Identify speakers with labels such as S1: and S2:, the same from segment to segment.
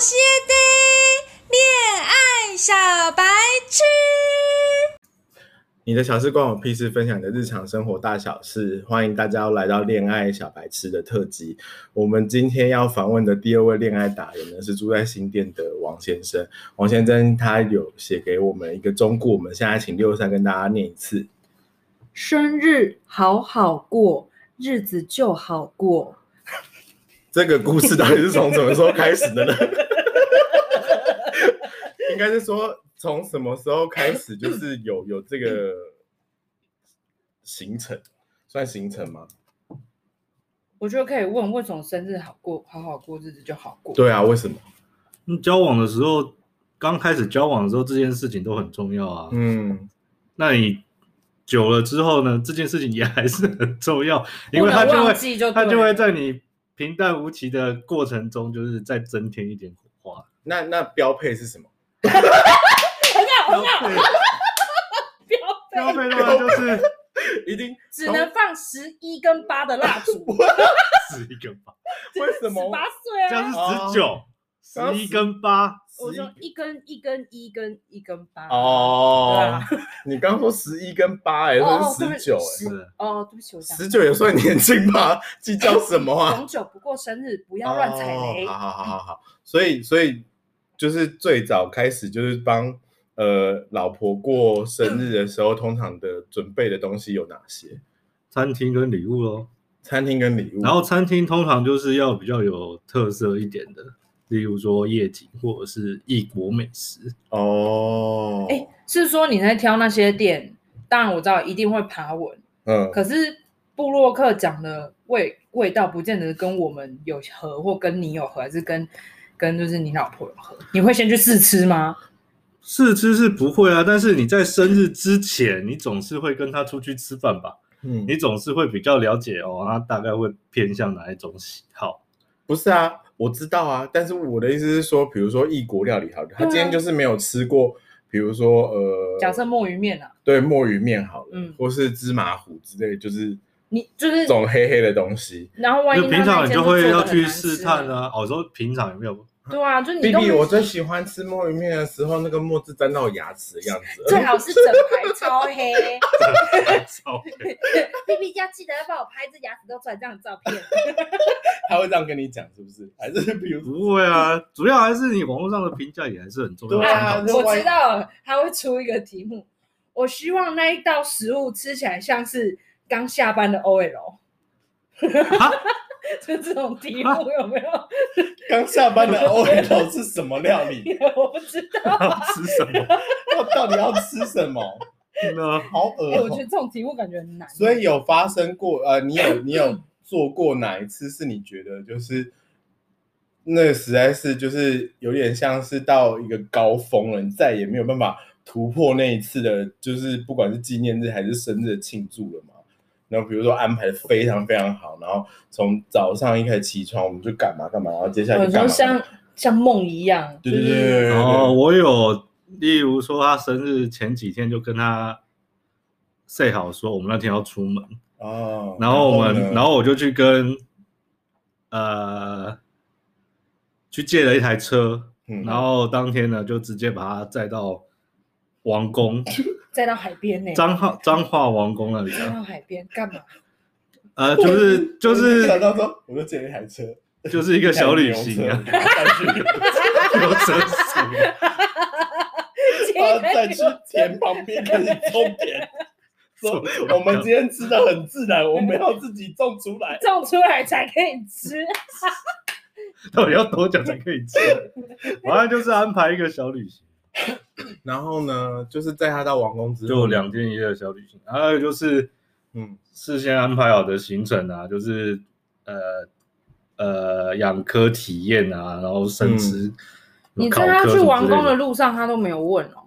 S1: 些的哦恋爱小白痴。
S2: 你的小事关我屁事，分享你的日常生活大小事。欢迎大家来到恋爱小白痴的特辑。我们今天要访问的第二位恋爱达人呢，是住在新店的王先生。王先生他有写给我们一个忠告，我们现在请六三跟大家念一次。
S3: 生日好好过，日子就好过。
S2: 这个故事到底是从什么时候开始的呢？ 应该是说从什么时候开始，就是有有这个行程，算行程吗？
S3: 我觉得可以问为什么生日好过，好好过日子就好过。
S2: 对啊，为什么？
S4: 嗯交往的时候，刚开始交往的时候，这件事情都很重要啊。
S2: 嗯，
S4: 那你久了之后呢，这件事情也还是很重要，因
S3: 不
S4: 为
S3: 能
S4: 它就
S3: 忘
S4: 会
S3: 记就
S4: 它
S3: 对
S4: 就会
S3: 了
S4: 在你平淡无奇的过程中，就是再增添一点火花。
S2: 那那标配是什么？
S3: 哎
S4: 标配标配的话就是
S2: 一定
S3: 只能放十一跟八的蜡烛，
S4: 十一跟八，
S2: 为 什么
S3: 十八岁
S4: 这样
S3: 啊。
S4: 是十九、
S2: 哦
S4: 十一跟八，
S3: 我
S2: 11
S3: 说一根一根一根一根八。对
S2: 哦
S3: 啊，
S2: 你刚说十一跟八哎，
S3: 哦，
S2: 那
S3: 哦
S2: 是
S3: 对不
S2: 十
S3: 起
S2: 九哎，
S3: 十哦，对不起，我讲
S2: 十九也算年轻吧？计较什么啊？
S3: 逢九不过生日，不要乱踩雷
S2: 哦。好好好好好，所以所以就是最早开始就是帮呃老婆过生日的时候，通常的准备的东西有哪些？
S4: 餐厅跟礼物咯。
S2: 餐厅跟礼物，
S4: 然后餐厅通常就是要比较有特色一点的，例如说夜景或者是异国美食。
S2: 哦，
S3: 哎，是说你在挑那些店，当然我知道一定会爬文，
S2: 嗯，
S3: 可是布洛克讲的味味道，不见得跟我们有合，或跟你有合，还是跟跟就是你老婆有合。你会先去试吃吗？
S4: 试吃是不会啊，但是你在生日之前，你总是会跟他出去吃饭吧？
S2: 嗯
S4: 你总是会比较了解哦，他大概会偏向哪一种喜好。
S2: 不是啊，我知道啊，但是我的意思是说，比如说异国料理好了，他
S3: 对啊
S2: 今天就是没有吃过，比如说呃，
S3: 假设墨鱼面啊，
S2: 对墨鱼面好了，
S3: 嗯
S2: 或是芝麻糊之类，就是
S3: 你就是
S2: 这，种黑黑的东西。
S3: 然后万一
S4: 就平常你就会要去试
S3: 试
S4: 探。啊，哦，说平常有没有？
S3: 对啊，就你
S2: 比
S3: 都
S2: 比，我最喜欢吃墨鱼面的时候，那个墨汁沾到牙齿的样子。
S3: 最好是整排超黑。B B 要记得要帮我拍这牙齿都出来这样的照片。
S2: 他会这样跟你讲，是不是？还是比如说，
S4: 不会啊，主要还是你网络上的评价也还是很重要。
S2: 对啊
S4: 参考
S2: 就
S3: 我
S2: 万一
S3: 知道了，他会出一个题目。我希望那一道食物吃起来像是刚下班的 OL，
S4: 啊
S3: 就这种题目有没有？
S2: 刚下班的 OL 是什么料理？
S3: 我不知道。
S4: 要吃什么啊
S2: 他到底要吃什么？
S4: 呢？
S2: 好恶
S3: 哎，我觉
S2: 哦、
S3: 得这种题目感觉很难。
S2: 所以有发生过呃，你有你 有做过哪一次是你觉得就是那实在是就是有点像是到一个高峰了，你再也没有办法突破那一次的，就是不管是纪念日还是生日的庆祝了嘛。然后比如说安排的非常非常好，然后从早上一开始起床我们就干嘛干嘛，然后接下来
S3: 有
S2: 就
S3: 时
S2: 干
S3: 候
S2: 嘛。
S3: 像像梦一样，
S2: 对对对对，对
S4: 哦，，我有，例如说他生日前几天就跟他 say 好说我们那天要出门，
S2: 哦，
S4: 然后我们，
S2: 呢
S4: 然后我就去跟呃去借了一台车，
S2: 嗯
S4: 然后当天呢就直接把他载到王宫
S3: 再到海边呢，
S4: 彰化彰化王宫那里
S3: 再
S4: 啊，
S3: 到海边干 嘛？
S4: 呃，就是就
S2: 想
S4: 是
S2: 到说，我就借了一台车，
S4: 就是一个小旅行啊，有车啊
S2: 然后再去田旁边开始种田。 说我们今天吃的很自 然，我们要自己种出来。
S3: 种出来才可以吃。
S4: 到底要多久才可以吃？反正就是安排一个小旅行。
S2: 然后呢，就是在他到王宫之
S4: 就两天一夜的小旅行，还有就是
S2: 嗯
S4: 事先安排好的行程啊，就是呃呃养科体验啊，然后甚至
S3: 你
S4: 考
S3: 在他
S4: 科
S3: 去
S4: 什么
S3: 王
S4: 之类
S3: 宫的
S4: 的，
S3: 路上，他都没有问哦。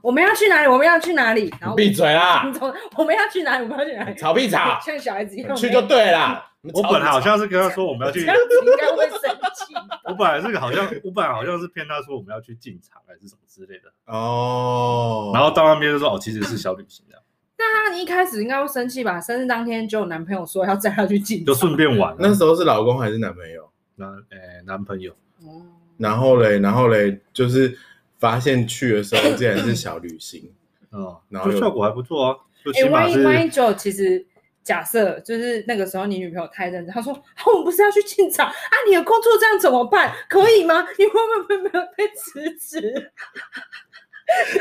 S3: 我们要去哪里？我们要去哪里？然后
S2: 闭嘴 啦
S3: 你，从我们要去哪里？我们要去哪里？
S2: 吵屁吵，
S3: 像小孩子一样。
S2: 去就对啦。
S4: 我本来好像是跟他说我们要
S3: 这
S4: 去
S3: 样，子应该会生气。
S4: 我本来是好像我本来好像是骗他说我们要去进场还是什么之类的，
S2: 哦
S4: 然后到那边就说哦其实是小旅行这样，
S3: 那你一开始应该会生气吧？生日当天就有男朋友说要载她去进
S4: 就
S3: 场。
S4: 顺便玩啊。哎
S2: 时候是老公还是男朋友？
S4: 男呃男朋友
S3: 哦
S2: 然后嘞，然后嘞，就是发现去的时候竟然是小旅 行，
S4: 哦，
S2: 然后
S4: 就
S2: 有
S4: 效果还不错啊，就
S3: 哎、
S4: 起码
S3: 万一
S4: 是
S3: 万一就其实假设就是那个时候你女朋友太认真，她说、啊、我们不是要去进场啊，你的工作这样怎么办？可以吗？你会不会没有被辞职？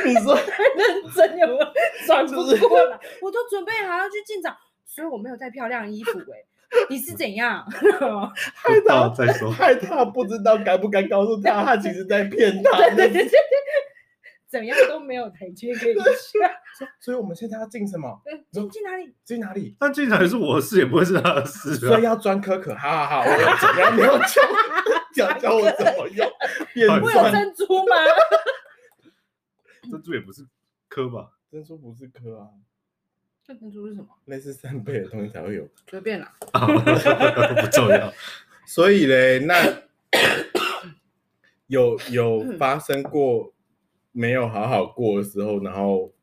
S2: 你说
S3: 太认真有没有转不
S2: 就是
S3: 过来？我都准备好要去进场，所以我没有带漂亮衣服哎、你是怎样？
S2: 害
S4: 不到
S2: 他
S4: 再说，
S2: 害他不知道该不该告诉他，他其实在骗他。
S3: 对对对对对，怎样都没有台阶可以 下。
S2: 所以我们现在要进什么？
S3: 进进哪里？
S2: 进哪里？
S4: 但进场也是我的事，也不会是他的事
S2: 所
S4: 啊
S2: 以。要专科可，好好好，我有怎样你要教教教我怎么用 变
S4: 我
S3: 会有
S2: 算？
S3: 珍珠吗？
S4: 珍珠也不是科吧？
S2: 真说不是科啊，
S3: 那珍珠是什么？
S2: 类似扇贝的东西才会有。
S3: 随便啦。
S4: 啊不重要。
S2: 所以嘞，那 有有发生过没有好好过的时候，然后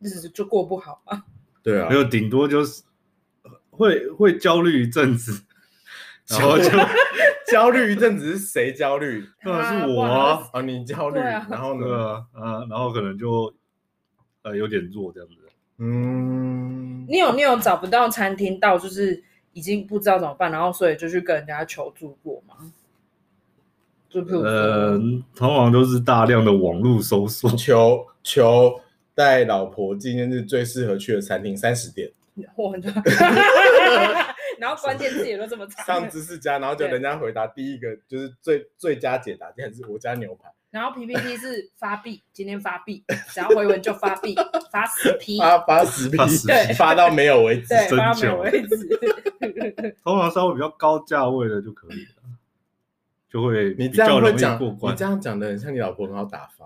S3: 日子就过不好嘛。
S2: 对啊
S4: 没，有，顶多就是会会焦虑一阵子，然后就
S2: 焦虑一阵子是谁焦虑？
S4: 当然
S3: 他
S4: 是我
S3: 哇
S4: 啊，
S2: 哦，你焦虑，
S3: 对啊
S2: 然后
S4: 对
S2: 呢？
S4: 啊，啊，然后可能就呃有点弱这样子。
S2: 嗯，
S3: 你有你有找不到餐厅到，就是已经不知道怎么办，然后所以就去跟人家求助过吗？就譬如说，
S4: 呃，通常都是大量的网络搜索，
S2: 求求带老婆纪念日最适合去的餐厅三十点，
S3: 我很多，然后关键字也都这么长，
S2: 上知识家，然后就
S3: 对
S2: 人家回答第一个就是最最佳解答，竟然是我家牛排
S3: 然后 PPT 是发币，今天发币，只要回文就发币，发死批，
S2: 发发十批
S4: 发10批
S3: 对
S2: 发到没有为止。
S3: 对，
S4: 真
S3: 发到没
S4: 久
S3: 有位置。
S4: 通常稍微比较高价位的就可以了，就会
S2: 你
S4: 比
S2: 这
S4: 较
S2: 样
S4: 容
S2: 会
S4: 易
S2: 讲，
S4: 过
S2: 你
S4: 关
S2: 这。样讲的很像你老婆很好打发、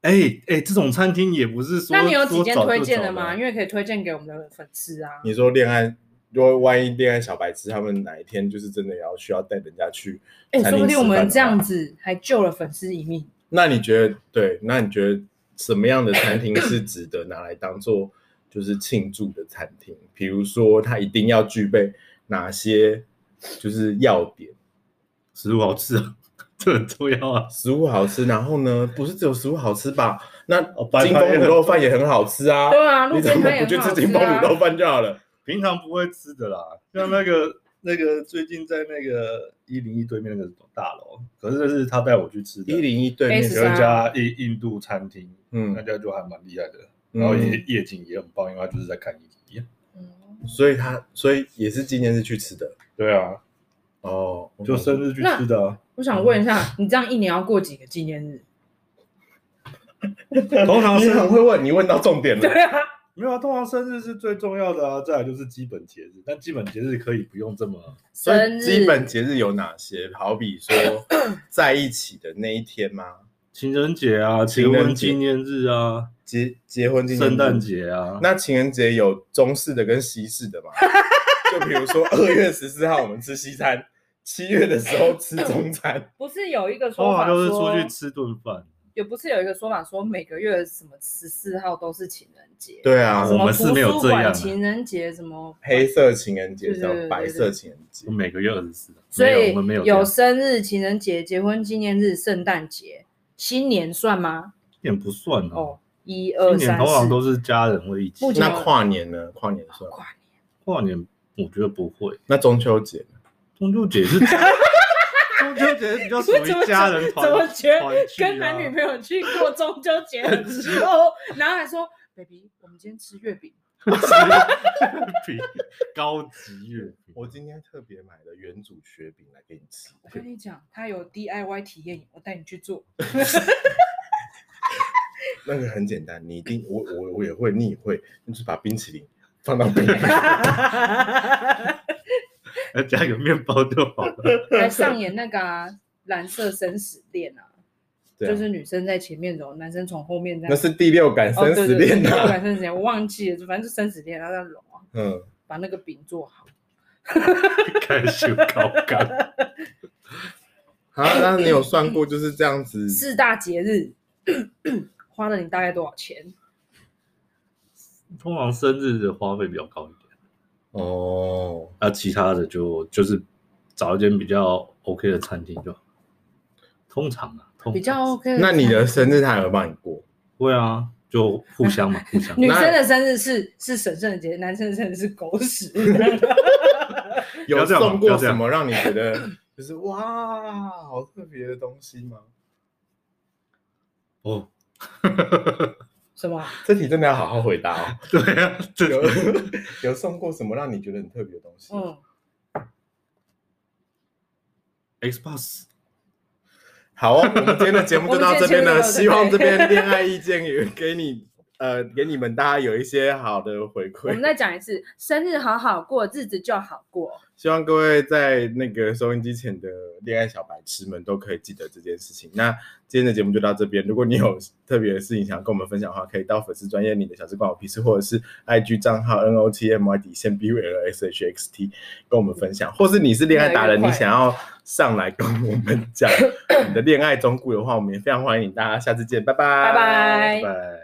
S2: 欸。
S4: 哎哎，这种餐厅也不是说
S3: 那你有几间
S4: 说找就
S3: 推荐的
S4: 找
S3: 吗？因为可以推荐给我们的粉丝啊。
S2: 你说恋爱，如果万一恋爱小白痴他们哪一天就是真的要需要带人家去
S3: 哎，
S2: 餐
S3: 说
S2: 厅
S3: 不定我
S2: 吃饭
S3: 们
S2: 的
S3: 这样
S2: 话，
S3: 子还救了粉丝一命。
S2: 那你觉得对？那你觉得什么样的餐厅是值得拿来当做就是庆祝的餐厅？比如说，它一定要具备哪些就是要点？
S4: 食物好吃啊， 这很重要啊。
S2: 食物好吃，然后呢，不是只有食物好吃吧？那
S4: 哦白
S2: 金
S4: 饭
S2: 峰
S4: 也
S2: 卤
S4: 很
S2: 肉饭也很好吃啊。
S3: 对啊，
S2: 你
S3: 路
S2: 怎
S3: 边
S2: 么
S3: 摊也
S2: 不去
S3: 很好
S2: 吃
S3: 吃
S2: 金峰卤
S3: 啊
S2: 肉。饭就好了？
S4: 平常不会吃的啦，像那个 那个最近在那个一零一对面那个大楼，可是这是他带我去吃的，
S2: 一零一对面
S3: S
S4: 有一家印印度餐厅，
S2: 嗯
S4: 那，家就还蛮厉害的，
S2: 嗯
S4: 然后夜夜景哦也很棒，因为它就是在看一零一。
S2: 所以他所以也是今天是去吃的
S4: 对啊，
S2: 哦，
S4: 就生日去吃的啊，
S3: 我想问一下，你这样一年要过几个纪念 日？
S4: 通常
S2: 你
S4: 是
S2: 很会问，你问到重点了。
S3: 啊，
S4: 没有啊，通常生日是最重要的啊，再来就是基本节日，但基本节日可以不用这么
S2: 所
S3: 生
S2: 以
S3: 日、
S2: 基本节日有哪些？好比 说在一起的那一天吗？
S4: 情人节啊、结
S2: 情
S4: 婚
S2: 人节
S4: 纪念日啊、
S2: 结结婚纪念日
S4: 圣诞。节
S3: 嗯
S4: 啊，
S2: 那情人节有中式的跟西式 的吗？就比如说二月十四号我们吃西餐，七月的时候吃中 餐。
S3: 不是有一个说
S4: 通
S3: 法
S4: 常
S3: 说，
S4: 都是出去吃顿饭。
S3: 也不是有一个说法说每个月什么十四号都是情人节，
S2: 对啊
S3: 什，
S4: 我
S3: 么
S4: 们是
S3: 图
S4: 没有
S3: 书
S4: 这样
S3: 馆
S4: 啊
S3: 情人节什么
S2: 黑，色情人节
S3: 对对对
S2: 叫
S3: 对嗯
S2: 白色情人节
S4: 我。每个月二十四，
S3: 所
S4: 没有
S3: 以
S4: 我们没有这样
S3: 有生日、情人节、结婚纪念日、圣诞节、新年算吗？
S4: 也不算哦。
S3: 哦，一
S4: 今
S3: 二
S4: 年
S3: 三
S4: 通常都
S3: 四，
S4: 是家人会一起
S3: 目，前
S2: 那跨年呢？跨年算吗？
S3: 跨年
S4: 跨年我觉得不会，
S2: 那中秋节呢？
S4: 中 秋节是中秋节比较属
S3: 我
S4: 于
S3: 怎么
S4: 家人团，
S3: 怎么觉得
S4: 团聚啊
S3: 跟男女朋友去过中秋节很 哦，然后还说 baby，我们今天吃月饼。
S4: 比高级月饼，
S2: 我今天特别买了原主雪饼来给你吃。
S3: 我跟你讲，他有 DIY 体验营，我带你去做。
S2: 那个很简单，你一定我我我也会，你也会，就是把冰淇淋放到 冰箱。
S4: 要哎加个面包就好了。
S3: 还上演那个啊、蓝色生死恋啊，
S2: 对啊
S3: 就是女生在前面揉，男生从后面这样。
S2: 那是第六感生死恋啊
S3: 呐、哦对
S2: 呐、
S3: 对对，对生死恋，我忘记了，反正就生死恋，然后在揉啊，
S2: 嗯，
S3: 把那个饼做好。
S4: 开始高干，
S2: 好，啊那你有算过就是这样子？
S3: 四大节日花了你大概多少钱？
S4: 通常生日的花费比较高一点，
S2: 哦，
S4: 那其他的就就是找一间比较 OK 的餐厅就好。通常啊，通常
S3: 比较 OK
S2: 哦那你的生日他也会帮你过，
S4: 会啊，就互相嘛，互相。
S3: 女生的生日是是神圣的节日，男生的生日是狗屎。
S4: 不
S2: 有
S4: 要这样嘛
S2: 送
S4: 不
S2: 过
S4: 要这
S2: 什
S4: 样
S2: 么让你觉 得就是哇，好特别的东西吗？
S4: 哦，
S3: 什么？啊
S2: 这题真的要好好回答 哦。
S4: 对啊，这
S2: 有有送过什么让你觉得很特别的东西？
S3: 嗯，
S4: Xbox
S2: 好哦，我们今天的节目就到这边
S3: 我
S2: 了。
S3: 们今天
S2: 希
S3: 节目
S2: 望
S3: 到这
S2: 这
S3: 边
S2: 边恋爱意见也给你呃给你们大家有一些好的回
S3: 我们
S2: 馈。
S3: 再讲一次，生日好好过，日子就好过。
S2: 希望各位在那个收音机前的恋爱小白痴们都可以记得这件事情。那今天的节目就到这边。如果你有特别的事情想要跟我们分享的话，可以到粉丝专业你的小资管我屁事，或者是 IG 账号 N O T M Y 底线 B U L S H X T 跟我们分享，或是你是恋爱达人，
S3: 越来越快
S2: 你想要上来跟我们讲你的恋爱中故的话，我们也非常欢迎大家。下次见，拜拜，
S3: 拜
S2: 拜
S3: 拜
S2: 拜。